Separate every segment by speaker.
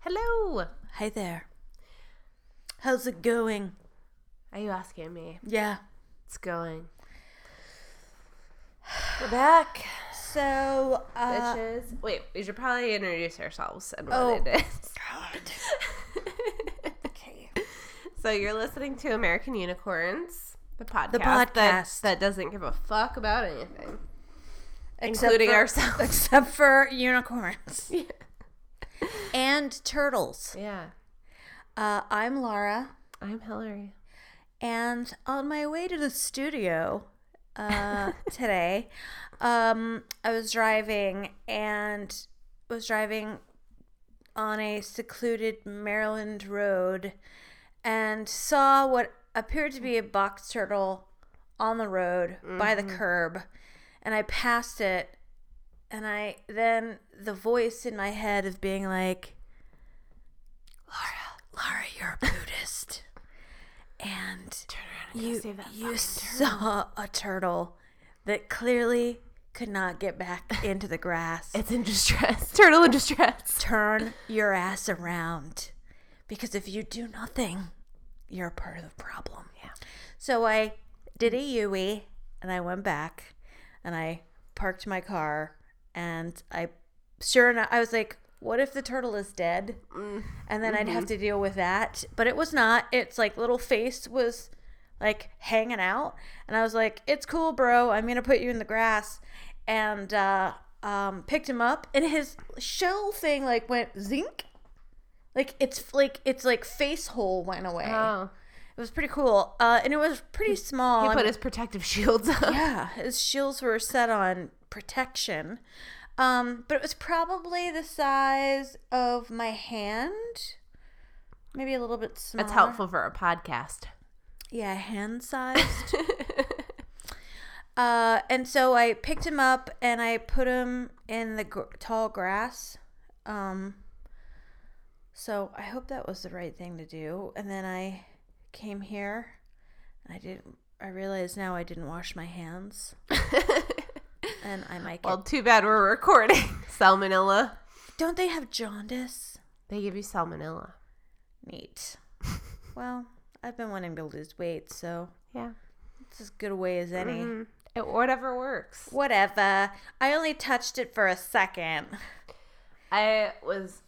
Speaker 1: Hello.
Speaker 2: Hey there. How's it going?
Speaker 1: Are you asking me?
Speaker 2: Yeah.
Speaker 1: It's going. We're back,
Speaker 2: So, uh,
Speaker 1: bitches. Wait, we should probably introduce ourselves and what
Speaker 2: Oh.
Speaker 1: it is.
Speaker 2: God. okay.
Speaker 1: So you're listening to American Unicorns, the podcast, That,
Speaker 2: podcast.
Speaker 1: that doesn't give a fuck about anything,
Speaker 2: Except
Speaker 1: including
Speaker 2: for-
Speaker 1: ourselves.
Speaker 2: Except for unicorns
Speaker 1: yeah.
Speaker 2: and turtles.
Speaker 1: yeah,
Speaker 2: Uh, I'm Laura,
Speaker 1: I'm Hillary.
Speaker 2: and on my way to the studio uh, today, um, I was driving and was driving on a secluded Maryland road and saw what appeared to be a box turtle on the road by the
Speaker 1: Mm-hmm.
Speaker 2: curb and I passed it and I then the voice in my head of being like Laura, Laura, you're a Buddhist. and
Speaker 1: Turn around
Speaker 2: you, you saw a turtle that clearly could not get back into the grass.
Speaker 1: It's in distress. Turtle in distress.
Speaker 2: Turn your ass around. Because if you do nothing, you're part of the problem. Yeah. So I did a Yui and I went back and I parked my car and I sure enough I was like, what if the turtle is dead? And then I'd have to deal with that. But it was not. It's like little face was like hanging out and I was like, It's cool, bro. I'm gonna put you in the grass and uh um picked him up and his shell thing like went zinc. Like it's like it's like face hole went away.
Speaker 1: Oh,
Speaker 2: It was pretty cool. Uh, and it was pretty small.
Speaker 1: he put
Speaker 2: and-
Speaker 1: his protective shields up.
Speaker 2: yeah, his shields were set on protection. Um, but it was probably the size of my hand. Maybe a little bit smaller.
Speaker 1: That's helpful for a podcast.
Speaker 2: Yeah, hand sized. uh, and so I picked him up and I put him in the gr- tall grass. Um, so I hope that was the right thing to do. And then I came here and I didn't. I realize now I didn't wash my hands, and I might get.
Speaker 1: well, too bad we're recording. Salmonella.
Speaker 2: Don't they have jaundice?
Speaker 1: They give you salmonella.
Speaker 2: Neat. well, I've been wanting to lose weight, so
Speaker 1: Yeah.
Speaker 2: it's as good a way as any.
Speaker 1: Mm. It, whatever works.
Speaker 2: Whatever. I only touched it for a second.
Speaker 1: I was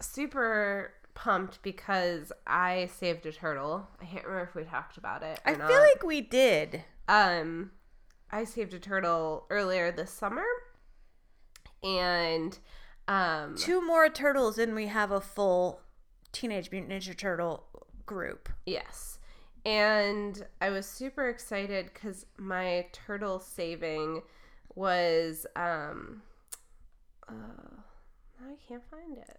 Speaker 1: super pumped because I saved a turtle. I can't remember if we talked about it. or
Speaker 2: I
Speaker 1: not.
Speaker 2: feel like we did.
Speaker 1: um I saved a turtle earlier this summer. And um
Speaker 2: Two more turtles and we have a full Teenage Mutant Ninja Turtle group.
Speaker 1: Yes. And I was super excited because my turtle saving was um uh, now I can't find it.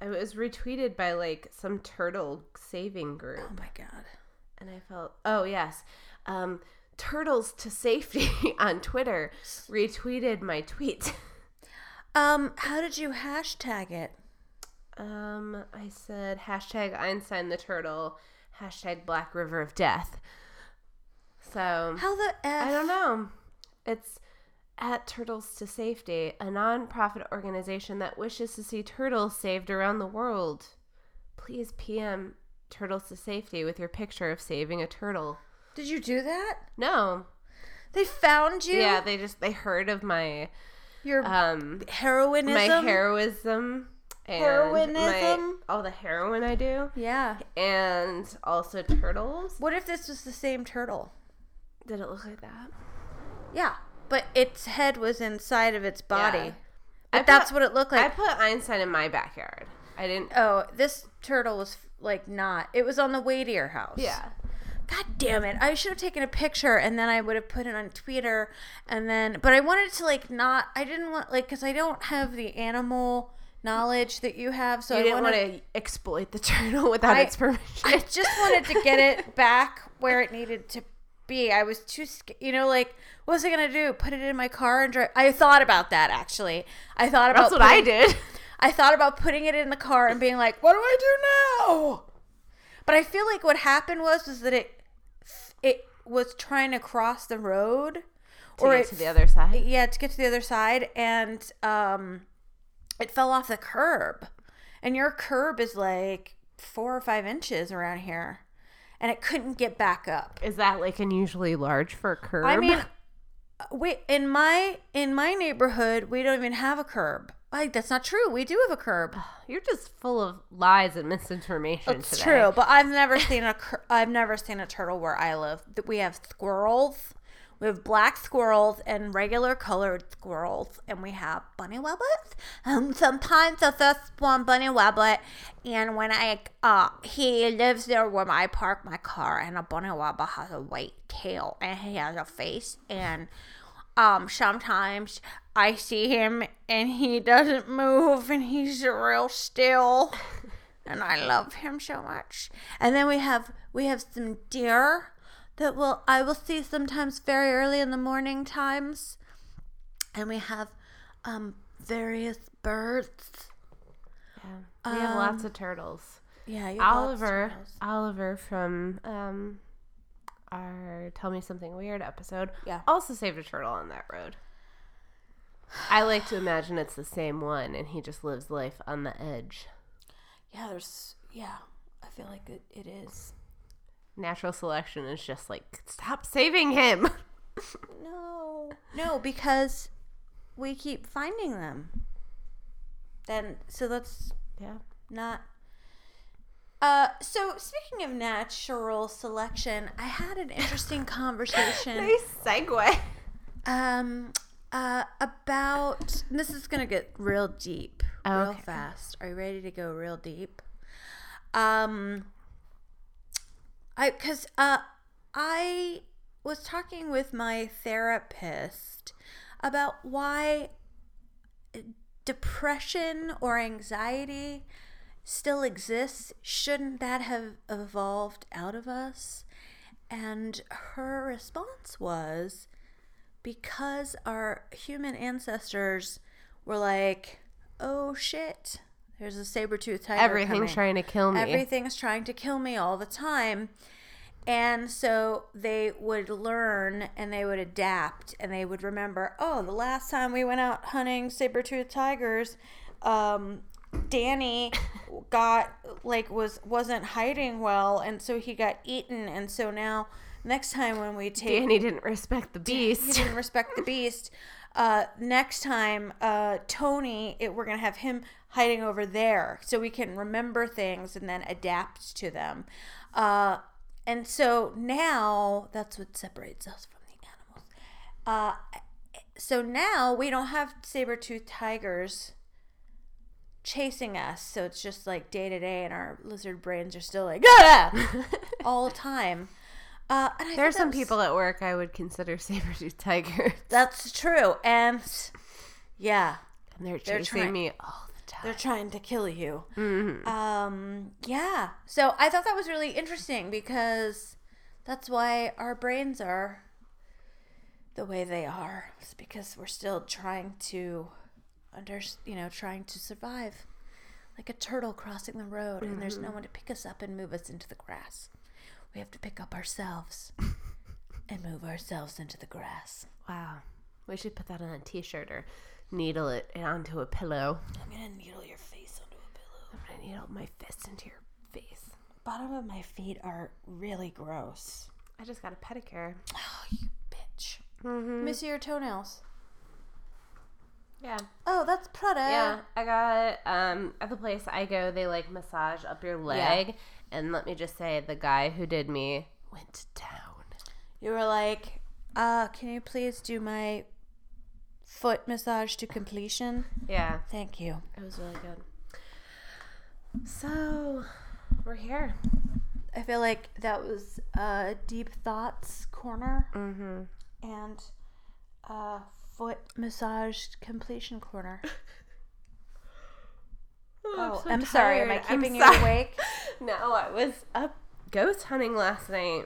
Speaker 1: I was retweeted by like some turtle saving
Speaker 2: Oh
Speaker 1: group
Speaker 2: my god.
Speaker 1: and I felt oh yes. Um Turtles to safety on Twitter retweeted my tweet.
Speaker 2: Um, how did you hashtag it?
Speaker 1: Um, I said hashtag Einstein the turtle, hashtag Black River of Death. So
Speaker 2: How the F
Speaker 1: I don't know. It's at Turtles to Safety, a nonprofit organization that wishes to see turtles saved around the world. Please PM Turtles to Safety with your picture of saving a turtle.
Speaker 2: Did you do that?
Speaker 1: No.
Speaker 2: They found you?
Speaker 1: Yeah, they just they heard of my
Speaker 2: Your
Speaker 1: um
Speaker 2: heroinism?
Speaker 1: my heroism and
Speaker 2: Heroinism?
Speaker 1: my, all the heroin I do.
Speaker 2: Yeah.
Speaker 1: and also turtles.
Speaker 2: What if this was the same turtle?
Speaker 1: Did it look like that?
Speaker 2: Yeah. But its head was inside of its body.
Speaker 1: Yeah.
Speaker 2: But
Speaker 1: I put-
Speaker 2: that's what it looked like.
Speaker 1: I put Einstein in my backyard. I didn't.
Speaker 2: Oh, this turtle was like not. It was on the way to your house.
Speaker 1: Yeah.
Speaker 2: God damn it! I should have taken a picture and then I would have put it on Twitter and then. But I wanted to like not. I didn't want like because I don't have the animal knowledge that you have. So
Speaker 1: You
Speaker 2: I
Speaker 1: didn't
Speaker 2: wanted-
Speaker 1: want to exploit the turtle without
Speaker 2: I-
Speaker 1: its permission.
Speaker 2: I just wanted to get it back where it needed to be. I was too, sca- you know, like what was I gonna do? Put it in my car and drive? I thought about that actually. I thought about
Speaker 1: That's what I
Speaker 2: putting-
Speaker 1: did.
Speaker 2: I thought about putting it in the car and being like, "What do I do now?" But I feel like what happened was was that it it was trying to cross the road
Speaker 1: to get to the other side.
Speaker 2: yeah to get to the other side and um it fell off the curb and your curb is like four or five inches around here and it couldn't get back up
Speaker 1: Is that like unusually large for a curb?
Speaker 2: i mean uh, we in my in my neighborhood we don't even have a curb like that's not true we do have a curb
Speaker 1: you're just full of lies and misinformation
Speaker 2: it's
Speaker 1: today.
Speaker 2: true but i've never seen a cur- i've never seen a turtle where i live Th- we have squirrels we have black squirrels and regular colored squirrels and we have bunny rabbits um sometimes there's just one bunny rabbit and when i uh he lives there where i park my car and a bunny rabbit has a white tail and he has a face and um, sometimes I see him and he doesn't move and he's real still. And I love him so much. And then we have we have some deer that will I will see sometimes very early in the morning times. And we have um various birds.
Speaker 1: Yeah. We have
Speaker 2: Um,
Speaker 1: lots of turtles.
Speaker 2: Yeah, you
Speaker 1: Oliver, Oliver from um, our "Tell Me Something Weird" episode,
Speaker 2: Yeah.
Speaker 1: also saved a turtle on that road. I like to imagine it's the same one, and he just lives life on the edge.
Speaker 2: Yeah, there's yeah. I feel like it, it is.
Speaker 1: Natural selection is just like stop saving him.
Speaker 2: No. No, because we keep finding them. Then so that's
Speaker 1: Yeah,
Speaker 2: not uh so speaking of natural selection, I had an interesting conversation
Speaker 1: nice segue.
Speaker 2: um uh about and this is going to get real deep real
Speaker 1: Oh, Okay.
Speaker 2: fast. Are you ready to go real deep? Um I cuz uh I was talking with my therapist about why depression or anxiety still exists. Shouldn't that have evolved out of us? And her response was because our human ancestors were like, oh shit, there's a saber tooth tiger.
Speaker 1: Everything's
Speaker 2: coming.
Speaker 1: trying to kill me.
Speaker 2: Everything's trying to kill me all the time. And so they would learn and they would adapt and they would remember, oh, the last time we went out hunting saber-toothed tigers, um, Danny got like was wasn't hiding well and so he got eaten and so now next time when we take
Speaker 1: Danny didn't respect the
Speaker 2: he
Speaker 1: beast.
Speaker 2: didn't respect the beast. Uh, next time, uh, Tony, it, we're gonna have him hiding over there so we can remember things and then adapt to them. Uh, and so now that's what separates us from the animals. Uh, so now we don't have saber-toothed tigers chasing us. So it's just like day to day, and our lizard brains are still like "Ah!" all the time. Uh, and I
Speaker 1: There are
Speaker 2: think
Speaker 1: some
Speaker 2: that's-
Speaker 1: people at work I would consider saber-toothed tigers,
Speaker 2: that's true. And yeah,
Speaker 1: and they're
Speaker 2: They're
Speaker 1: chasing
Speaker 2: trying-
Speaker 1: me all the time.
Speaker 2: they're trying to kill you. Um, yeah. So I thought that was really interesting because that's why our brains are the way they are. It's because we're still trying to under, you know, trying to survive. Like a turtle crossing the road and there's no one to pick us up and move us into the grass. We have to pick up ourselves and move ourselves into the grass.
Speaker 1: Wow. We should put that on a t shirt or needle it onto a pillow.
Speaker 2: I'm going to needle your face onto a pillow.
Speaker 1: I'm going to needle my fist into your face.
Speaker 2: bottom of my feet are really gross.
Speaker 1: I just got a pedicure.
Speaker 2: Oh, you bitch.
Speaker 1: Mm-hmm.
Speaker 2: Miss your toenails.
Speaker 1: Yeah.
Speaker 2: Oh, that's Prada.
Speaker 1: Yeah. I got, um, at the place I go, they like massage up your leg. And let me just say, the guy who did me went to town.
Speaker 2: You were like, uh, can you please do my foot massage to completion?
Speaker 1: Yeah.
Speaker 2: Thank you.
Speaker 1: It was really good. So, we're here.
Speaker 2: I feel like that was uh, deep thoughts corner
Speaker 1: Mm-hmm.
Speaker 2: and uh, foot massage completion corner. Oh, I'm, sorry. Am I keeping you awake?
Speaker 1: No, I was up ghost hunting last night.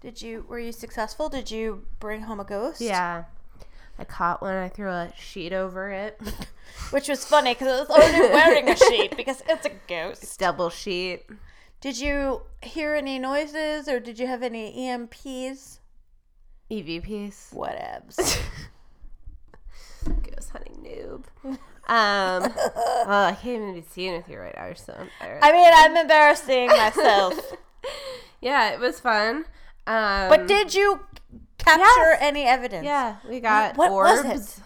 Speaker 2: Did you were you successful? Did you bring home a ghost?
Speaker 1: Yeah. I caught one. I threw a sheet over it.
Speaker 2: Which was funny because I was already wearing a sheet because it's a ghost.
Speaker 1: Double sheet.
Speaker 2: Did you hear any noises or did you have any E EMPs?
Speaker 1: E EVPs.
Speaker 2: Whatevs.
Speaker 1: Ghost hunting noob. Um, oh, I can't even be seen with you right now. You're so embarrassed.
Speaker 2: I mean, I'm embarrassing myself.
Speaker 1: yeah, it was fun. Um,
Speaker 2: but did you capture any evidence?
Speaker 1: yeah, we got
Speaker 2: What was
Speaker 1: orbs.
Speaker 2: it?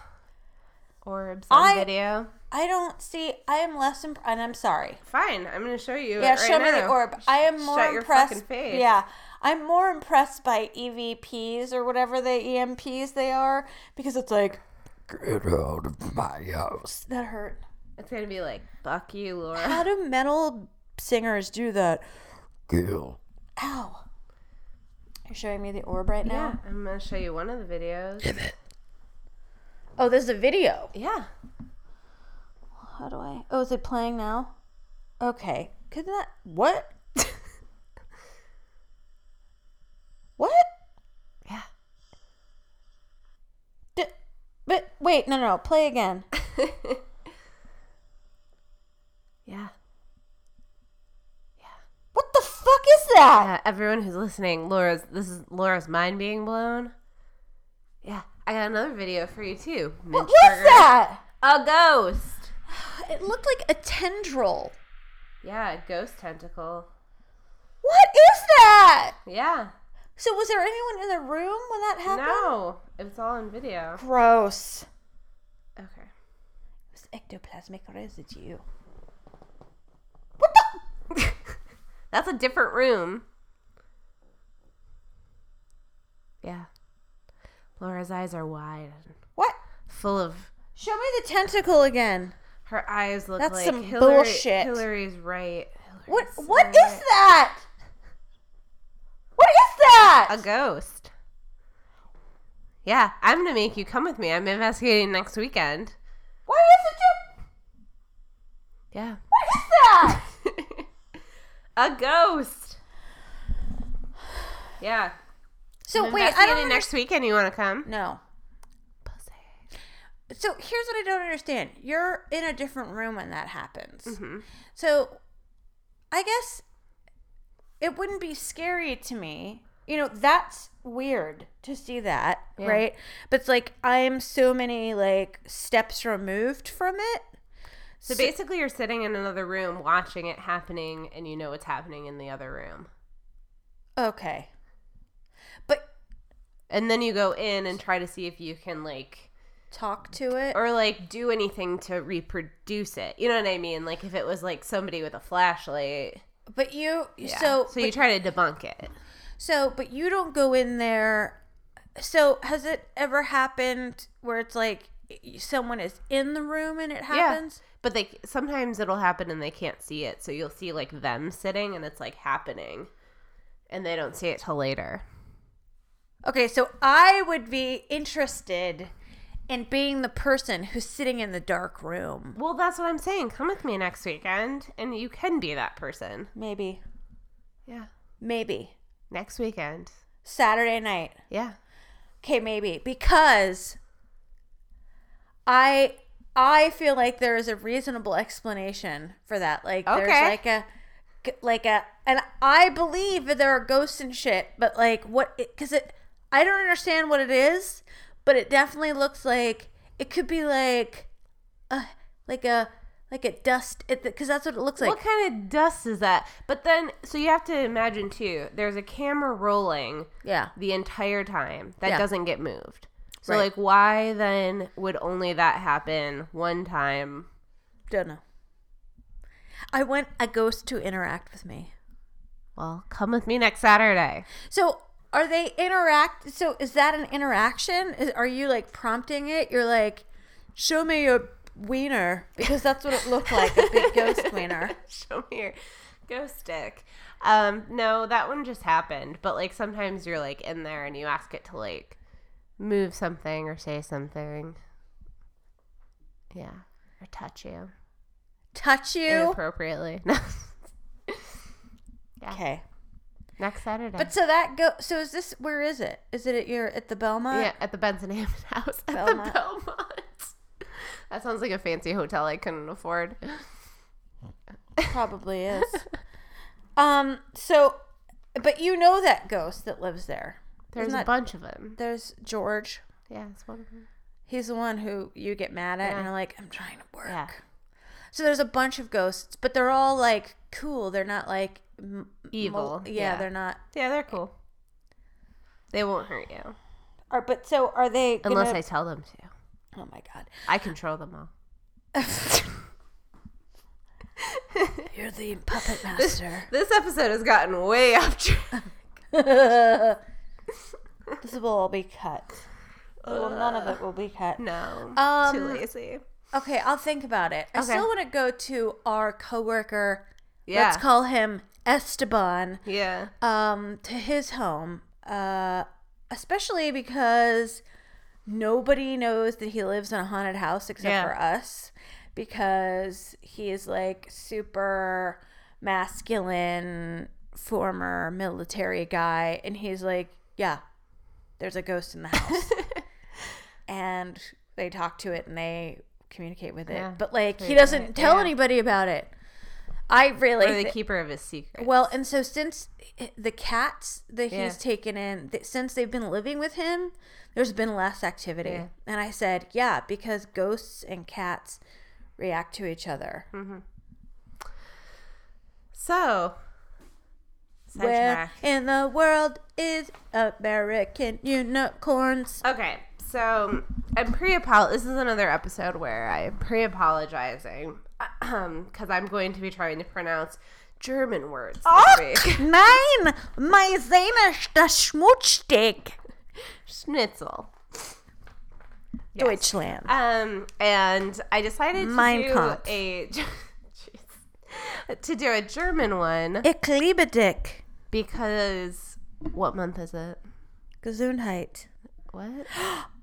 Speaker 1: Orbs on
Speaker 2: I-
Speaker 1: video.
Speaker 2: I don't see. I am less imp- and I'm sorry.
Speaker 1: Fine, I'm gonna show you.
Speaker 2: Yeah,
Speaker 1: it right
Speaker 2: show me the
Speaker 1: now.
Speaker 2: orb. I am more
Speaker 1: shut your
Speaker 2: impressed.
Speaker 1: fucking face.
Speaker 2: Yeah, I'm more impressed by EVPs or whatever the EMPs they are because it's like get out of my uh, house. That hurt.
Speaker 1: It's gonna be like, fuck you, Laura.
Speaker 2: How do metal singers do that?
Speaker 3: Kill.
Speaker 2: Ow! You're showing me the orb right
Speaker 1: Yeah,
Speaker 2: now.
Speaker 1: I'm gonna show you one of the videos.
Speaker 2: Oh, there's a video.
Speaker 1: Yeah.
Speaker 2: How do I? Oh, is it playing now? Okay. Could that? What? what?
Speaker 1: Yeah.
Speaker 2: D- but wait, no, no, no. Play again.
Speaker 1: yeah.
Speaker 2: What the fuck is that?
Speaker 1: Uh, everyone who's listening, Laura's this is Laura's mind being blown. Yeah, I got another video for you too.
Speaker 2: What was that?
Speaker 1: A ghost.
Speaker 2: It looked like a tendril.
Speaker 1: Yeah, a ghost tentacle.
Speaker 2: What is that?
Speaker 1: Yeah.
Speaker 2: So was there anyone in the room when that happened?
Speaker 1: No, it's all in video.
Speaker 2: Gross.
Speaker 1: Okay.
Speaker 2: It was ectoplasmic residue. What the?
Speaker 1: That's a different room. Yeah. Laura's eyes are wide and
Speaker 2: What?
Speaker 1: full of
Speaker 2: Show me the tentacle again.
Speaker 1: her eyes look
Speaker 2: That's
Speaker 1: like
Speaker 2: some
Speaker 1: Hillary,
Speaker 2: bullshit.
Speaker 1: Hillary's right.
Speaker 2: What?
Speaker 1: Hillary's
Speaker 2: What
Speaker 1: so
Speaker 2: is
Speaker 1: right.
Speaker 2: that? What is that?
Speaker 1: A ghost. Yeah, I'm gonna make you come with me. I'm investigating next weekend.
Speaker 2: Why is it? do-
Speaker 1: Yeah.
Speaker 2: What is that?
Speaker 1: a ghost. Yeah.
Speaker 2: so
Speaker 1: I'm
Speaker 2: wait, I
Speaker 1: investigating
Speaker 2: don't understand.
Speaker 1: next weekend. You wanna come?
Speaker 2: No.
Speaker 1: Pussy.
Speaker 2: So here's what I don't understand. You're in a different room when that happens.
Speaker 1: Mhm.
Speaker 2: So I guess it wouldn't be scary to me. You know, that's weird to see that,
Speaker 1: Yeah.
Speaker 2: right? But it's like I'm so many like steps removed from it.
Speaker 1: So basically, you're sitting in another room watching it happening, and you know what's happening in the other room.
Speaker 2: Okay. But
Speaker 1: And then you go in and try to see if you can like
Speaker 2: talk to it.
Speaker 1: or like do anything to reproduce it. You know what I mean? Like if it was like somebody with a flashlight.
Speaker 2: But you
Speaker 1: Yeah.
Speaker 2: so
Speaker 1: so you try to debunk it.
Speaker 2: So, but you don't go in there. So, has it ever happened where it's like someone is in the room and it happens?
Speaker 1: But they sometimes it'll happen and they can't see it. So you'll see like them sitting and it's like happening and they don't see it till later.
Speaker 2: Okay, so I would be interested in being the person who's sitting in the dark room.
Speaker 1: Well, that's what I'm saying. Come with me next weekend and you can be that person.
Speaker 2: Maybe,
Speaker 1: Yeah.
Speaker 2: maybe
Speaker 1: Next weekend.
Speaker 2: Saturday night.
Speaker 1: Yeah.
Speaker 2: Okay, maybe because I I feel like there is a reasonable explanation for that. Like there's
Speaker 1: Okay.
Speaker 2: like a like a and I believe that there are ghosts and shit, but like what because it I don't understand what it is, but it definitely looks like it could be like a like a like a dust because that's what it looks like.
Speaker 1: what kind of dust is that? But then, so you have to imagine too, there's a camera rolling
Speaker 2: Yeah.
Speaker 1: the entire time that
Speaker 2: Yeah.
Speaker 1: doesn't get moved. So,
Speaker 2: Right.
Speaker 1: like, why then would only that happen one time?
Speaker 2: Don't know. I want a ghost to interact with me.
Speaker 1: Well, come with me next Saturday.
Speaker 2: So are they interact? So is that an interaction? Is, are you like prompting it? You're like, show me your wiener because that's what it looked like a big ghost wiener.
Speaker 1: Show me your ghost stick. Um, no, that one just happened. But like sometimes you're like in there and you ask it to like move something or say something. Yeah. Or touch you.
Speaker 2: Touch you.
Speaker 1: Inappropriately. No.
Speaker 2: Okay.
Speaker 1: Next Saturday.
Speaker 2: But so that go. So is this? Where is it? Is it at your at the Belmont?
Speaker 1: yeah, at the Benson Hammond house. At the
Speaker 2: Belmont.
Speaker 1: Belmont. That sounds like a fancy hotel I couldn't afford.
Speaker 2: Probably is. Um. So, but you know that ghost that lives there.
Speaker 1: There's
Speaker 2: Isn't
Speaker 1: a
Speaker 2: that-
Speaker 1: bunch of them.
Speaker 2: There's George.
Speaker 1: Yeah, it's one of them.
Speaker 2: He's the one who you get mad at, and
Speaker 1: Yeah.
Speaker 2: you're like, I'm trying to work.
Speaker 1: Yeah.
Speaker 2: So there's a bunch of ghosts, but they're all like cool. They're not like m-
Speaker 1: Evil,
Speaker 2: yeah,
Speaker 1: yeah.
Speaker 2: they're not.
Speaker 1: Yeah, they're cool. They won't hurt you
Speaker 2: Are, but so are they? Gonna,
Speaker 1: unless I tell them to.
Speaker 2: Oh my god.
Speaker 1: I control them all.
Speaker 2: You're the puppet master.
Speaker 1: This episode has gotten way off track.
Speaker 2: this will all be cut. Well, none of it will be cut.
Speaker 1: No,
Speaker 2: Um,
Speaker 1: too lazy.
Speaker 2: Okay, I'll think about it. I
Speaker 1: Okay.
Speaker 2: still want to go to our coworker.
Speaker 1: Yeah,
Speaker 2: Let's call him Esteban.
Speaker 1: yeah,
Speaker 2: um, to his home, uh, especially because nobody knows that he lives in a haunted house except
Speaker 1: Yeah.
Speaker 2: for us because he is like super masculine former military guy and he's like yeah there's a ghost in the house and they talk to it and they communicate with it
Speaker 1: Yeah.
Speaker 2: but like he
Speaker 1: Figure it
Speaker 2: doesn't
Speaker 1: out.
Speaker 2: tell
Speaker 1: Yeah.
Speaker 2: anybody about it i really
Speaker 1: or the
Speaker 2: thi-
Speaker 1: keeper of his secret.
Speaker 2: well, and so since the cats that
Speaker 1: Yeah.
Speaker 2: he's taken in, th- since they've been living with him, there's been less activity.
Speaker 1: Yeah.
Speaker 2: And I said, yeah, because ghosts and cats react to each other.
Speaker 1: Hmm, So, sidetrack.
Speaker 2: Where in the world is American unicorns?
Speaker 1: Okay, so I'm pre apolog This is another episode where I'm pre apologizing because I'm going to be trying to pronounce German words this week.
Speaker 2: nein, my Zähne ist das schmutzig.
Speaker 1: Schnitzel.
Speaker 2: Deutschland.
Speaker 1: Um, and I decided to
Speaker 2: Mein
Speaker 1: do
Speaker 2: Kampf.
Speaker 1: a jeez. to do a German one
Speaker 2: Ich liebe dich.
Speaker 1: because what month is it?
Speaker 2: Gesundheit.
Speaker 1: What?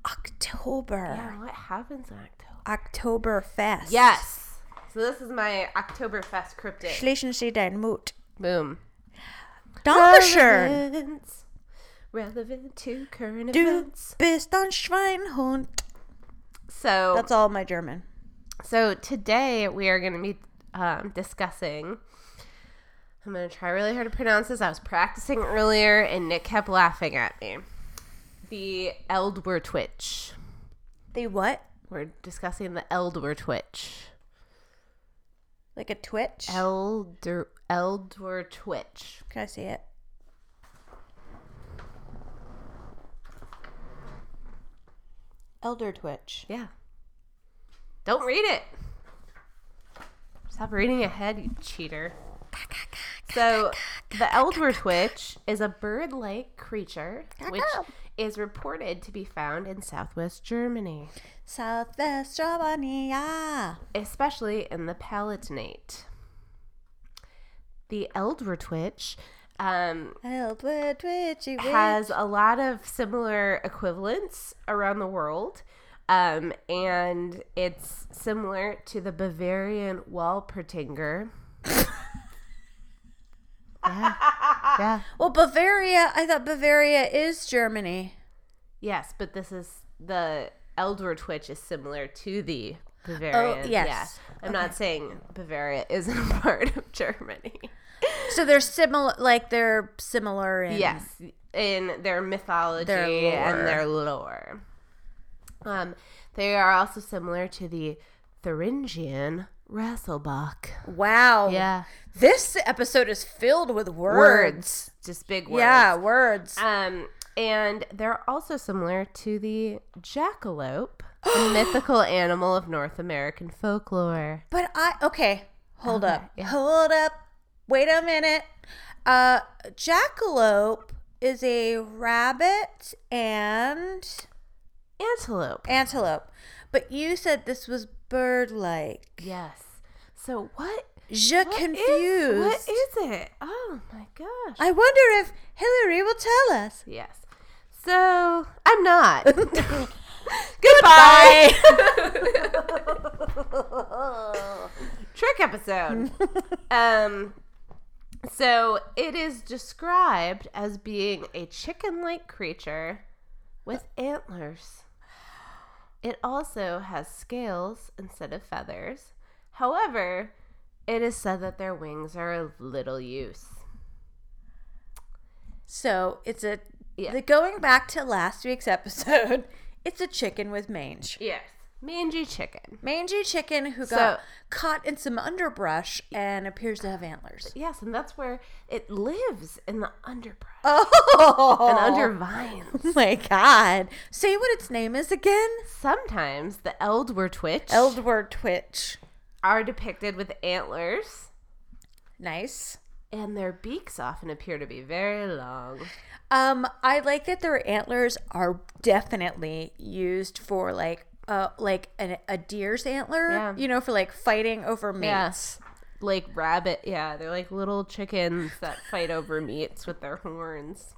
Speaker 2: October.
Speaker 1: Yeah, what happens in October?
Speaker 2: October fest.
Speaker 1: Yes. So this is my Oktoberfest cryptic.
Speaker 2: Schließen Sie deinen Mut.
Speaker 1: Boom.
Speaker 2: Oh, Dankeschön.
Speaker 1: Relevance. Relevant to current
Speaker 2: Du
Speaker 1: events.
Speaker 2: bist ein Schweinhund.
Speaker 1: So
Speaker 2: That's all my German.
Speaker 1: So today we are going to be um, discussing. I'm going to try really hard to pronounce this. I was practicing earlier, and Nick kept laughing at me. The Eldwertwitch.
Speaker 2: The what?
Speaker 1: We're discussing the Eldwertwitch.
Speaker 2: Like a twitch?
Speaker 1: Elder Eldwertwitch.
Speaker 2: Can I see it? Elder twitch.
Speaker 1: Yeah. Don't read it. Stop reading ahead, you cheater. So, the Eldritch Witch is a bird like creature which is reported to be found in southwest Germany,
Speaker 2: Southwest Germany. yeah.
Speaker 1: especially in the Palatinate. The Eldritch Witch um,
Speaker 2: Elder twitchy. witch.
Speaker 1: has a lot of similar equivalents around the world. Um, and it's similar to the Bavarian Walpertinger. yeah. yeah.
Speaker 2: Well, Bavaria. I thought Bavaria is Germany.
Speaker 1: Yes, but this is the Eldritch Twitch is similar to the
Speaker 2: Oh,
Speaker 1: Bavarian.
Speaker 2: yes.
Speaker 1: Yeah. I'm not saying Bavaria isn't a part of Germany.
Speaker 2: So they're similar. Like they're similar in.
Speaker 1: Yes, in their mythology
Speaker 2: Their lore.
Speaker 1: and their lore. Um, they are also similar to the Thuringian Rasselbach.
Speaker 2: Wow.
Speaker 1: Yeah,
Speaker 2: This episode is filled with words.
Speaker 1: words, just big words.
Speaker 2: Yeah, words.
Speaker 1: Um, and they're also similar to the jackalope, a mythical animal of North American folklore.
Speaker 2: But I okay, hold up. Hold up. Wait a minute. Uh jackalope is a rabbit and
Speaker 1: Antelope.
Speaker 2: antelope. But you said this was bird like.
Speaker 1: Yes. So what?
Speaker 2: Je
Speaker 1: what is-
Speaker 2: confused.
Speaker 1: what is it? Oh my gosh.
Speaker 2: I wonder if Hillary will tell us.
Speaker 1: Yes. So I'm not.
Speaker 2: Goodbye.
Speaker 1: Trick episode. um so it is described as being a chicken-like creature with antlers. It also has scales instead of feathers. However, it is said that their wings are of little use.
Speaker 2: So it's a
Speaker 1: Yeah.
Speaker 2: the, going back to last week's episode. It's a chicken with mange,
Speaker 1: Yes. Mangy chicken.
Speaker 2: mangy chicken who got caught in some underbrush and appears to have antlers.
Speaker 1: Yes, and that's where it lives in the underbrush
Speaker 2: Oh,
Speaker 1: and under vines.
Speaker 2: Oh my god! Say what its name is again.
Speaker 1: Sometimes the eldwertwitch
Speaker 2: Eldward Twitch.
Speaker 1: are depicted with antlers,
Speaker 2: Nice.
Speaker 1: and their beaks often appear to be very long.
Speaker 2: Um, I like that their antlers are definitely used for like uh like an, a deer's antler.
Speaker 1: Yeah.
Speaker 2: You know, for like fighting over mates.
Speaker 1: Yes. Like rabbit, yeah, they're like little chickens that fight over meats with their horns.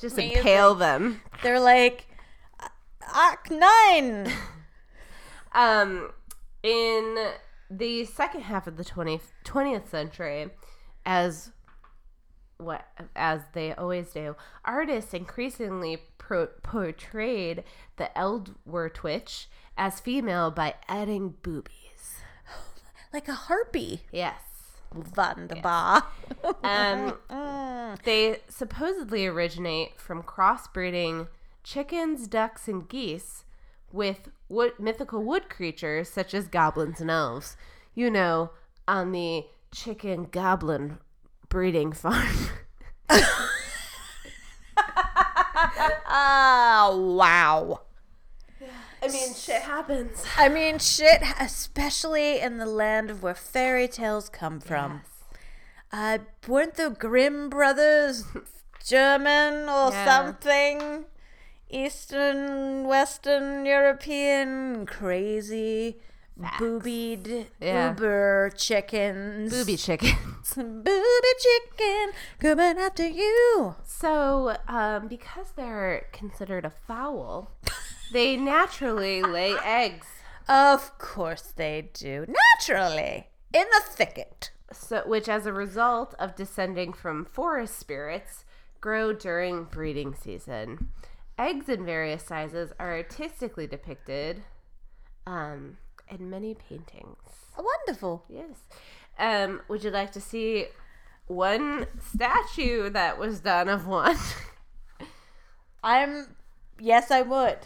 Speaker 1: Just
Speaker 2: Amazing.
Speaker 1: impale them.
Speaker 2: They're like Ach nine.
Speaker 1: Um, in the second half of the 20th, 20th century, as what as they always do, artists increasingly pro- portrayed the Eldworth witch as female by adding boobies.
Speaker 2: like a harpy.
Speaker 1: Yes.
Speaker 2: Vandabar.
Speaker 1: Um,
Speaker 2: Mm.
Speaker 1: they supposedly originate from crossbreeding chickens, ducks, and geese with wood, mythical wood creatures such as goblins and elves. You know, on the chicken goblin breeding farm.
Speaker 2: Ah, wow.
Speaker 1: I mean, shit happens.
Speaker 2: I mean, shit, especially in the land of where fairy tales come from. Uh, weren't the Grimm brothers German or
Speaker 1: Yeah.
Speaker 2: something? Eastern, Western, European, crazy, boobied,
Speaker 1: Yeah.
Speaker 2: uber chickens.
Speaker 1: Booby chickens.
Speaker 2: Booby chicken coming after you.
Speaker 1: So, um, because they're considered a fowl, they naturally lay eggs.
Speaker 2: Of course they do. Naturally. In the thicket.
Speaker 1: so which as a result of descending from forest spirits grow during breeding season eggs in various sizes are artistically depicted um, in many paintings
Speaker 2: Wonderful.
Speaker 1: yes um, would you like to see one statue that was done of one
Speaker 2: I'm. Yes, I would.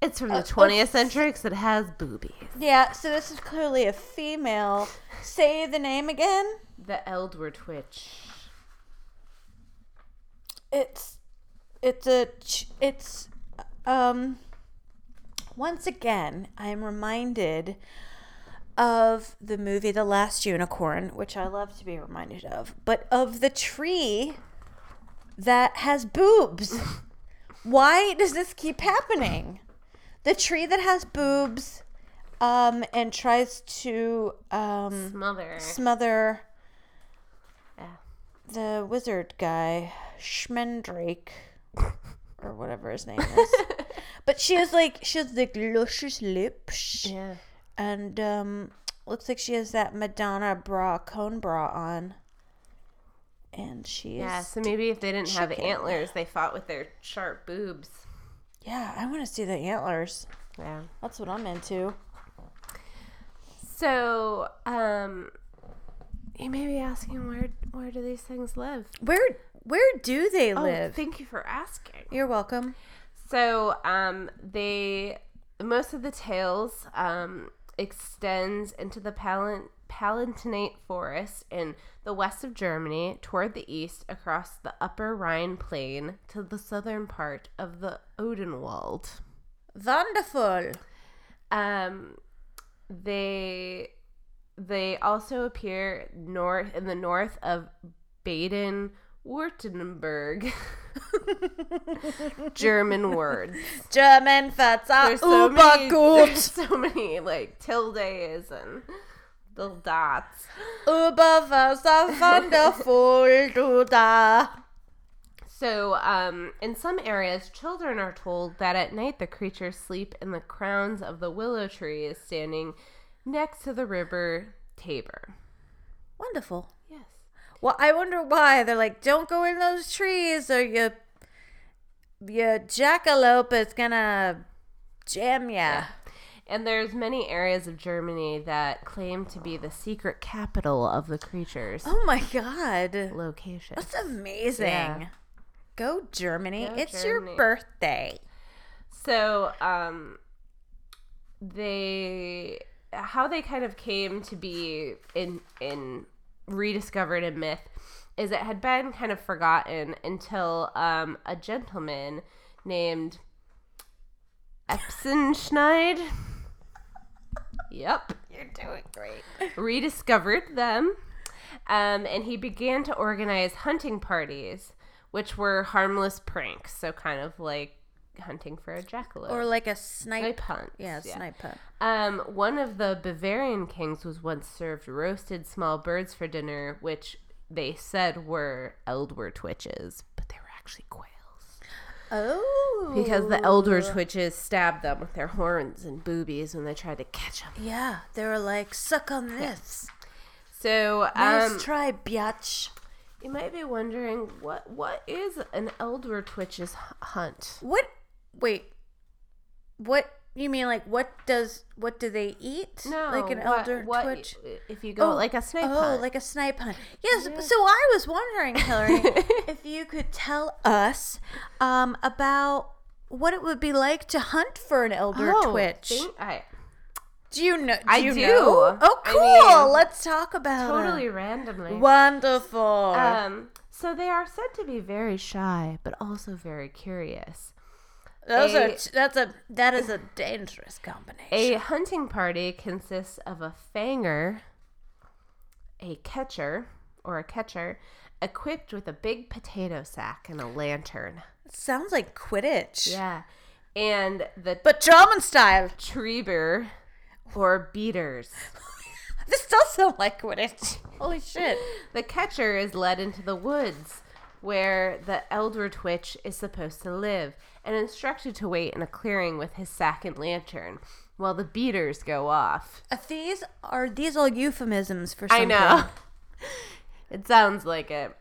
Speaker 1: it's from the 20th century 'cause it has boobies
Speaker 2: Yeah, so this is clearly a female. Say the name again.
Speaker 1: the eldward witch
Speaker 2: It's. It's a. ch- It's. Um. Once again, I'm reminded of the movie The Last Unicorn, which I love to be reminded of, but of the tree that has boobs. Why does this keep happening? The tree that has boobs um, and tries to um,
Speaker 1: smother
Speaker 2: smother
Speaker 1: Yeah.
Speaker 2: the wizard guy, Schmendrake, or whatever his name is. but she has like she has like luscious lips,
Speaker 1: yeah
Speaker 2: and um, looks like she has that Madonna bra, cone bra on, and she is.
Speaker 1: yeah so maybe if they didn't have
Speaker 2: Chicken.
Speaker 1: antlers they fought with their sharp boobs
Speaker 2: Yeah, I want to see the antlers.
Speaker 1: yeah
Speaker 2: That's what I'm into.
Speaker 1: So, um, you may be asking where where do these things live?
Speaker 2: Where where do they
Speaker 1: Oh,
Speaker 2: live?
Speaker 1: thank you for asking.
Speaker 2: You're welcome.
Speaker 1: So, um, they most of the tales um, extends into the Palin- Palatinate forest in the west of Germany, toward the east, across the Upper Rhine plain to the southern part of the Odenwald.
Speaker 2: Wonderful.
Speaker 1: Um, they they also appear north in the north of Baden Württemberg. German words.
Speaker 2: German Fats are
Speaker 1: There's so
Speaker 2: uber
Speaker 1: many.
Speaker 2: gut.
Speaker 1: There's so many like tildes and little dots.
Speaker 2: Über was a wonderful du da.
Speaker 1: So, um, in some areas, children are told that at night the creatures sleep in the crowns of the willow trees standing next to the river Tabor.
Speaker 2: Wonderful.
Speaker 1: Yes.
Speaker 2: Well, I wonder why they're like, don't go in those trees, or your your jackalope is gonna jam ya.
Speaker 1: Yeah. And there's many areas of Germany that claim to be the secret capital of the creature's
Speaker 2: Oh my god.
Speaker 1: location.
Speaker 2: That's amazing. Go Germany.
Speaker 1: Go
Speaker 2: it's
Speaker 1: Germany.
Speaker 2: your birthday.
Speaker 1: So, um, they how they kind of came to be in in rediscovered in myth is it had been kind of forgotten until um, a gentleman named Epsenschneid. yep
Speaker 2: You're doing great.
Speaker 1: rediscovered them, um, and he began to organize hunting parties, which were harmless pranks. So kind of like hunting for a jackalope
Speaker 2: Or like a snipe.
Speaker 1: snipe hunts.
Speaker 2: Yeah, snipe hunt.
Speaker 1: Um, one of the Bavarian kings was once served roasted small birds for dinner, which they said were eldwort witches, but they were actually quails
Speaker 2: Oh.
Speaker 1: because the eldwort witches stabbed them with their horns and boobies when they tried to catch them.
Speaker 2: Yeah, they were like, suck on this.
Speaker 1: So um,
Speaker 2: Nice try, biatch.
Speaker 1: You might be wondering what what is an Eldritch Witch's hu- hunt?
Speaker 2: What? Wait. What? You mean like what does what do they eat? like an
Speaker 1: what-
Speaker 2: elder
Speaker 1: what-
Speaker 2: twitch.
Speaker 1: If you go like a snipe
Speaker 2: oh,
Speaker 1: hunt,
Speaker 2: like a snipe hunt. Yes. So I was wondering, Hillary, if you could tell us um, about what it would be like to hunt for an elder
Speaker 1: Oh,
Speaker 2: twitch.
Speaker 1: think- I
Speaker 2: do you know? Do
Speaker 1: I
Speaker 2: you
Speaker 1: do.
Speaker 2: know? Oh,
Speaker 1: I
Speaker 2: cool.
Speaker 1: mean,
Speaker 2: Let's talk about
Speaker 1: totally
Speaker 2: it.
Speaker 1: randomly.
Speaker 2: Wonderful.
Speaker 1: Um, so they are said to be very shy, but also very curious.
Speaker 2: Those
Speaker 1: a-
Speaker 2: are t- that's a that is a dangerous combination.
Speaker 1: A hunting party consists of a fanger, a catcher or a catcher, equipped with a big potato sack and a lantern.
Speaker 2: Sounds like Quidditch.
Speaker 1: Yeah, and the
Speaker 2: But German style.
Speaker 1: Treber or beaters.
Speaker 2: This does sound like Quidditch. Holy shit.
Speaker 1: The catcher is led into the woods where the Eldritch Witch is supposed to live and instructed to wait in a clearing with his sack and lantern while the beaters go off.
Speaker 2: Uh, These are these all euphemisms for something.
Speaker 1: it sounds like it.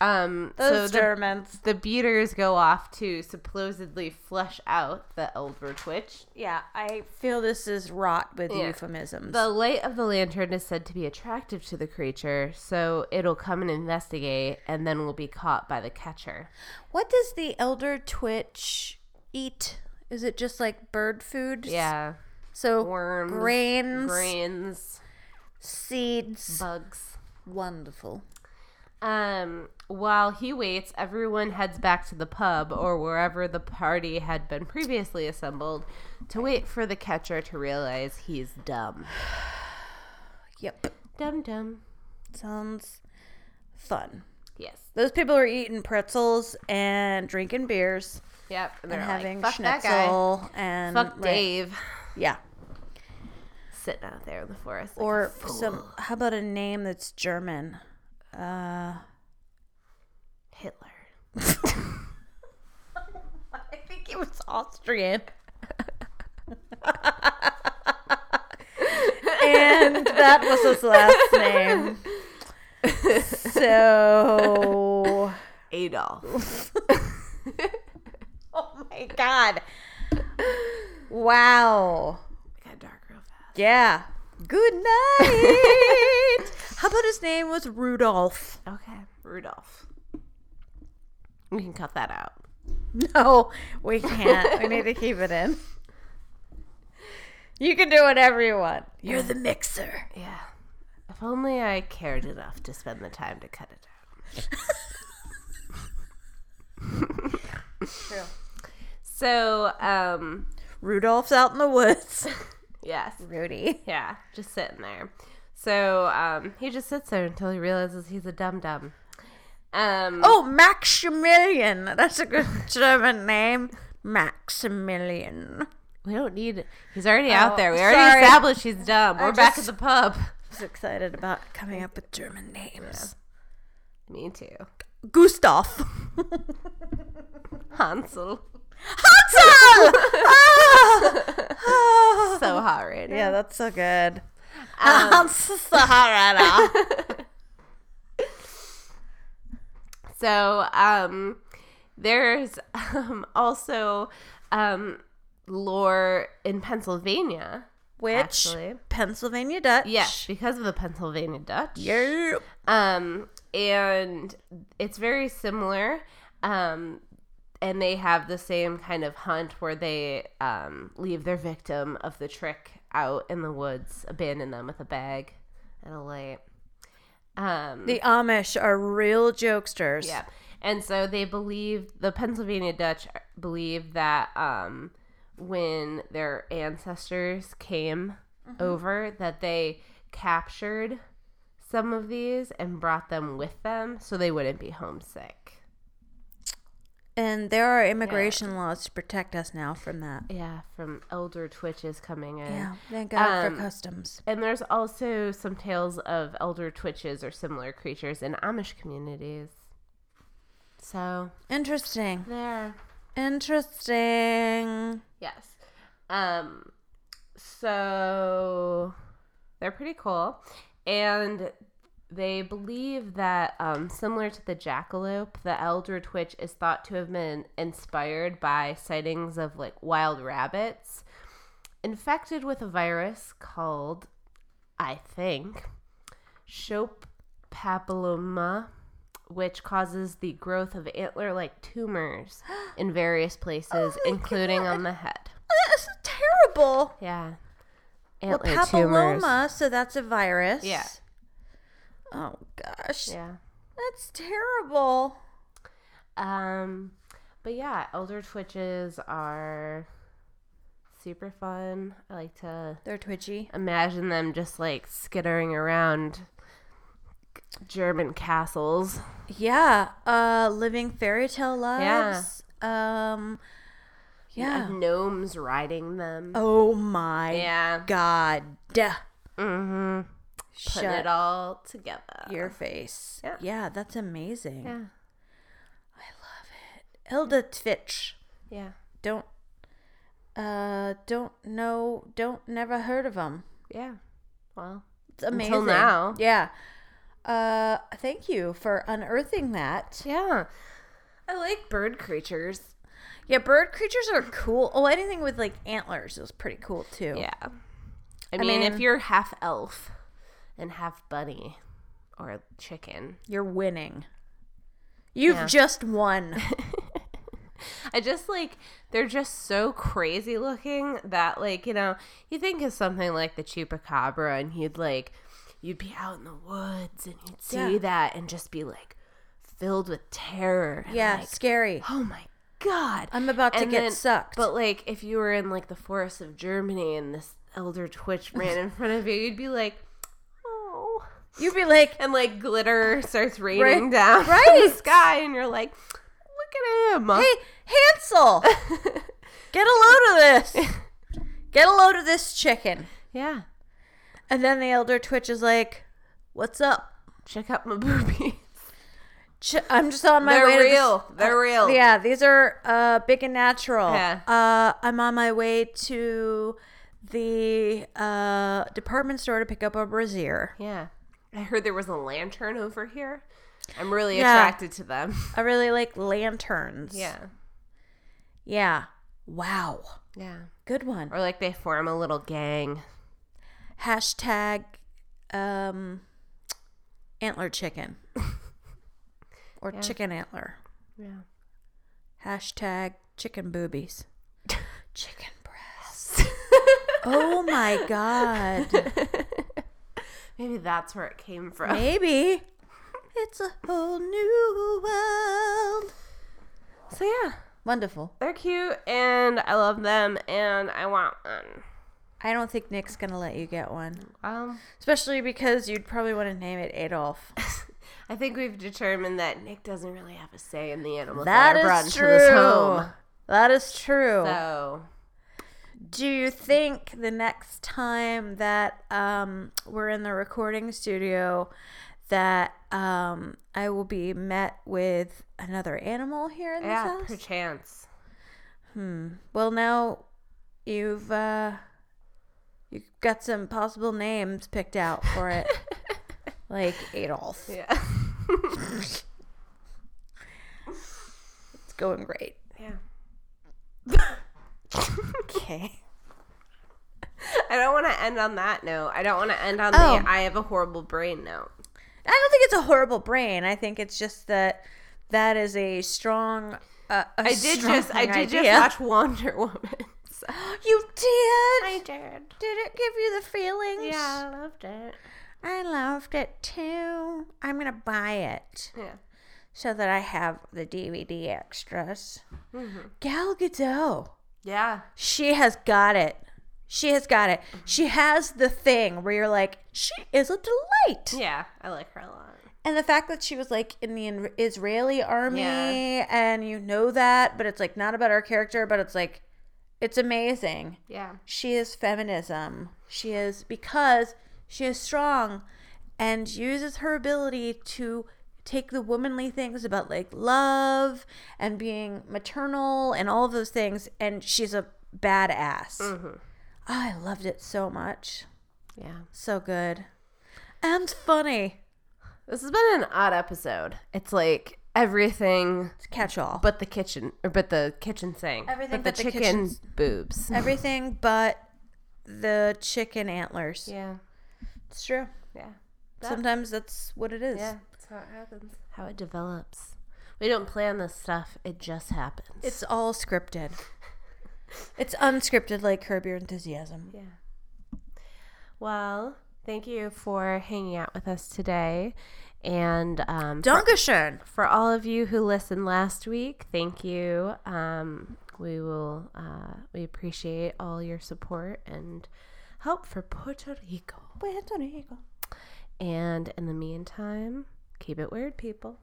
Speaker 1: Um,
Speaker 2: Those
Speaker 1: so the,
Speaker 2: Germans.
Speaker 1: the beaters go off to supposedly flush out the Eldritch Witch
Speaker 2: Yeah, I feel this is rot with
Speaker 1: Yeah.
Speaker 2: euphemisms.
Speaker 1: The light of the lantern is said to be attractive to the creature, so it'll come and investigate and then will be caught by the catcher.
Speaker 2: what does the elder twitch eat? Is it just like bird food?
Speaker 1: Yeah.
Speaker 2: So
Speaker 1: Worms,
Speaker 2: grains,
Speaker 1: Grains,
Speaker 2: seeds.
Speaker 1: bugs.
Speaker 2: Wonderful.
Speaker 1: Um, while he waits, everyone heads back to the pub or wherever the party had been previously assembled to wait for the catcher to realize he's dumb.
Speaker 2: Yep.
Speaker 1: Dumb, dumb.
Speaker 2: Sounds fun.
Speaker 1: Yes.
Speaker 2: Those people are eating pretzels and drinking beers
Speaker 1: Yep. And
Speaker 2: and
Speaker 1: they're
Speaker 2: having
Speaker 1: like, Fuck that guy.
Speaker 2: schnitzel and
Speaker 1: Fuck
Speaker 2: right.
Speaker 1: Dave.
Speaker 2: Yeah.
Speaker 1: Sitting out there in the forest. like a
Speaker 2: or
Speaker 1: fool.
Speaker 2: some how about a name that's German?
Speaker 1: Hitler.
Speaker 2: I think it was Austrian. and that was his last name. So
Speaker 1: Adolf.
Speaker 2: Oh my god. Wow.
Speaker 1: Got dark real fast.
Speaker 2: Yeah. Good night. How about his name was Rudolph?
Speaker 1: Okay, Rudolph. We can cut that out.
Speaker 2: No, we can't. we need to keep it in. You can do whatever you want. You're the mixer.
Speaker 1: Yeah. If only I cared enough to spend the time to cut it out.
Speaker 2: True.
Speaker 1: So, um,
Speaker 2: Rudolph's out in the woods.
Speaker 1: yes.
Speaker 2: Rudy.
Speaker 1: Yeah, just sitting there. So, um, he just sits there until he realizes he's a dum dum. Um,
Speaker 2: Oh, Maximilian. That's a good German name. Maximilian.
Speaker 1: we don't need. He's already out
Speaker 2: Oh,
Speaker 1: there. We already
Speaker 2: sorry.
Speaker 1: established he's dumb. We're back at
Speaker 2: just-
Speaker 1: the pub.
Speaker 2: I was excited about coming up with German names.
Speaker 1: Me too.
Speaker 2: Gustav.
Speaker 1: Hansel.
Speaker 2: Hansel! Ah! Ah!
Speaker 1: So hot right now.
Speaker 2: Yeah, that's so good. Um, Sahara.
Speaker 1: So um, there's um, also um, lore in Pennsylvania.
Speaker 2: Which
Speaker 1: Actually.
Speaker 2: Pennsylvania Dutch.
Speaker 1: Yes, because of the Pennsylvania Dutch.
Speaker 2: Yerp.
Speaker 1: Um, and it's very similar. Um, and they have the same kind of hunt where they um, leave their victim of the trick out in the woods, abandon them with a bag and a light. Um,
Speaker 2: The Amish are real jokesters.
Speaker 1: yeah. And so they believe the Pennsylvania Dutch believe that um, when their ancestors came over, that they captured some of these and brought them with them, so they wouldn't be homesick.
Speaker 2: And there are immigration laws to protect us now from that.
Speaker 1: Yeah, from elder twitches coming in.
Speaker 2: Yeah. Thank God
Speaker 1: Um,
Speaker 2: for customs.
Speaker 1: And there's also some tales of elder twitches or similar creatures in Amish communities. So
Speaker 2: Interesting.
Speaker 1: there.
Speaker 2: Interesting.
Speaker 1: Yes. Um so they're pretty cool and they believe that um, similar to the jackalope, the elder twitch is thought to have been inspired by sightings of like wild rabbits infected with a virus called I think Shope papilloma, which causes the growth of antler like tumors in various places, including on the head.
Speaker 2: That's terrible.
Speaker 1: Yeah.
Speaker 2: Well,
Speaker 1: Antler
Speaker 2: papilloma,
Speaker 1: tumors.
Speaker 2: so that's a virus.
Speaker 1: Yeah.
Speaker 2: Oh gosh,
Speaker 1: Yeah.
Speaker 2: that's terrible.
Speaker 1: Um, but yeah, elder twitches are super fun. I like to
Speaker 2: They're twitchy.
Speaker 1: imagine them just like skittering around German castles.
Speaker 2: Yeah, uh, living fairy tale lives. Yeah. Um, yeah.
Speaker 1: Gnomes riding them.
Speaker 2: Oh my
Speaker 1: Yeah.
Speaker 2: god.
Speaker 1: Mm-hmm. Put
Speaker 2: Shut
Speaker 1: it all together.
Speaker 2: your face.
Speaker 1: Yeah.
Speaker 2: that's amazing.
Speaker 1: Yeah.
Speaker 2: Hilda Twitch.
Speaker 1: Yeah.
Speaker 2: Don't. Uh, don't know. Don't never heard of them.
Speaker 1: Yeah. Well,
Speaker 2: It's amazing.
Speaker 1: Until now.
Speaker 2: Yeah. Uh, thank you for unearthing that.
Speaker 1: yeah. I like bird creatures.
Speaker 2: Yeah, bird creatures are cool. Oh, anything with like antlers is pretty cool too.
Speaker 1: Yeah. I mean, if
Speaker 2: mean-
Speaker 1: you're half elf and half bunny or chicken,
Speaker 2: You're winning. You've
Speaker 1: Yeah.
Speaker 2: just won.
Speaker 1: I just like they're just so crazy looking that like you know you think of something like the chupacabra and you'd like you'd be out in the woods and you'd see
Speaker 2: Yeah.
Speaker 1: that and just be like filled with terror. and,
Speaker 2: Yeah,
Speaker 1: like,
Speaker 2: scary.
Speaker 1: oh my god,
Speaker 2: I'm about to
Speaker 1: And
Speaker 2: get
Speaker 1: then-
Speaker 2: sucked.
Speaker 1: But like if you were in like the forest of Germany and this elder twitch ran in front of you, you'd be like, oh.
Speaker 2: You'd be like,
Speaker 1: and like glitter starts raining
Speaker 2: Right-
Speaker 1: down from
Speaker 2: right.
Speaker 1: the sky, and you're like, look at him.
Speaker 2: "Hey, Hansel, get a load of this. Get a load of this chicken."
Speaker 1: yeah,
Speaker 2: And then the elder twitch is like, "What's up?
Speaker 1: check out my boobies.
Speaker 2: Ch- I'm just on my
Speaker 1: They're
Speaker 2: way. to the-
Speaker 1: real. They're real.
Speaker 2: Yeah, these are uh, big and natural.
Speaker 1: Oh. Yeah.
Speaker 2: Uh, I'm on my way to the uh, department store to pick up a brassiere.
Speaker 1: Yeah. I heard there was a lantern over here. I'm really
Speaker 2: Yeah.
Speaker 1: attracted to them.
Speaker 2: I really like lanterns.
Speaker 1: Yeah.
Speaker 2: Yeah. Wow.
Speaker 1: Yeah.
Speaker 2: Good one.
Speaker 1: Or like they form a little gang.
Speaker 2: Hashtag um, antler chicken or chicken antler.
Speaker 1: Yeah.
Speaker 2: Hashtag chicken boobies. chicken breasts. oh my God.
Speaker 1: Maybe that's where it came from.
Speaker 2: Maybe. It's a whole new world.
Speaker 1: So yeah,
Speaker 2: Wonderful.
Speaker 1: they're cute and I love them and I want one.
Speaker 2: I don't think Nick's gonna let you get one,
Speaker 1: Um,
Speaker 2: especially because you'd probably want to name it Adolf.
Speaker 1: I think we've determined that Nick doesn't really have a say in the animals that,
Speaker 2: That
Speaker 1: are brought
Speaker 2: is
Speaker 1: into this
Speaker 2: true.
Speaker 1: home.
Speaker 2: That is true.
Speaker 1: So
Speaker 2: Do you think the next time that um, we're in the recording studio that um, I will be met with another animal here in
Speaker 1: yeah,
Speaker 2: this house?
Speaker 1: perchance.
Speaker 2: Well, now you've uh, you've got some possible names picked out for it, like Adolf.
Speaker 1: Yeah.
Speaker 2: It's going great.
Speaker 1: yeah.
Speaker 2: Okay.
Speaker 1: I don't want to end on that note. I don't want to end on
Speaker 2: Oh.
Speaker 1: the I have a horrible brain note.
Speaker 2: I don't think it's a horrible brain. I think it's just that that is a strong. Uh, a
Speaker 1: I did
Speaker 2: strong
Speaker 1: just I did
Speaker 2: idea.
Speaker 1: just watch Wonder Woman. so-
Speaker 2: You did.
Speaker 1: Oh, did.
Speaker 2: did it give you the feelings?
Speaker 1: Yeah, I loved it.
Speaker 2: I loved it too. I'm gonna buy it
Speaker 1: Yeah.
Speaker 2: so that I have the DVD extras.
Speaker 1: Mm-hmm.
Speaker 2: Gal Gadot.
Speaker 1: Yeah.
Speaker 2: She has got it. She has got it. She has the thing where you're like, she is a delight.
Speaker 1: Yeah. I like her a lot.
Speaker 2: And the fact that she was like in the in- Israeli army
Speaker 1: Yeah.
Speaker 2: and you know that, but it's like not about her character, but it's like, it's amazing.
Speaker 1: Yeah.
Speaker 2: She is feminism. She is because she is strong and uses her ability to take the womanly things about like love and being maternal and all of those things and she's a badass.
Speaker 1: Mm-hmm.
Speaker 2: I loved it so much.
Speaker 1: Yeah.
Speaker 2: So good. And funny.
Speaker 1: This has been an odd episode. It's like everything
Speaker 2: It's a catch all. But
Speaker 1: but the kitchen or but the kitchen sink.
Speaker 2: Everything
Speaker 1: but
Speaker 2: but
Speaker 1: the
Speaker 2: the
Speaker 1: chicken boobs.
Speaker 2: everything but the chicken antlers.
Speaker 1: Yeah.
Speaker 2: It's true.
Speaker 1: Yeah.
Speaker 2: Sometimes that's what it is.
Speaker 1: Yeah. That's how it happens. How it develops. We don't plan this stuff. It just happens.
Speaker 2: It's all scripted. It's unscripted, like Curb Your Enthusiasm.
Speaker 1: Yeah. Well, thank you for hanging out with us today. And um,
Speaker 2: Dankeschön.
Speaker 1: for all of you who listened last week, thank you. Um, we will, uh, we appreciate all your support and help for Puerto Rico.
Speaker 2: Puerto Rico.
Speaker 1: And in the meantime, keep it weird, people.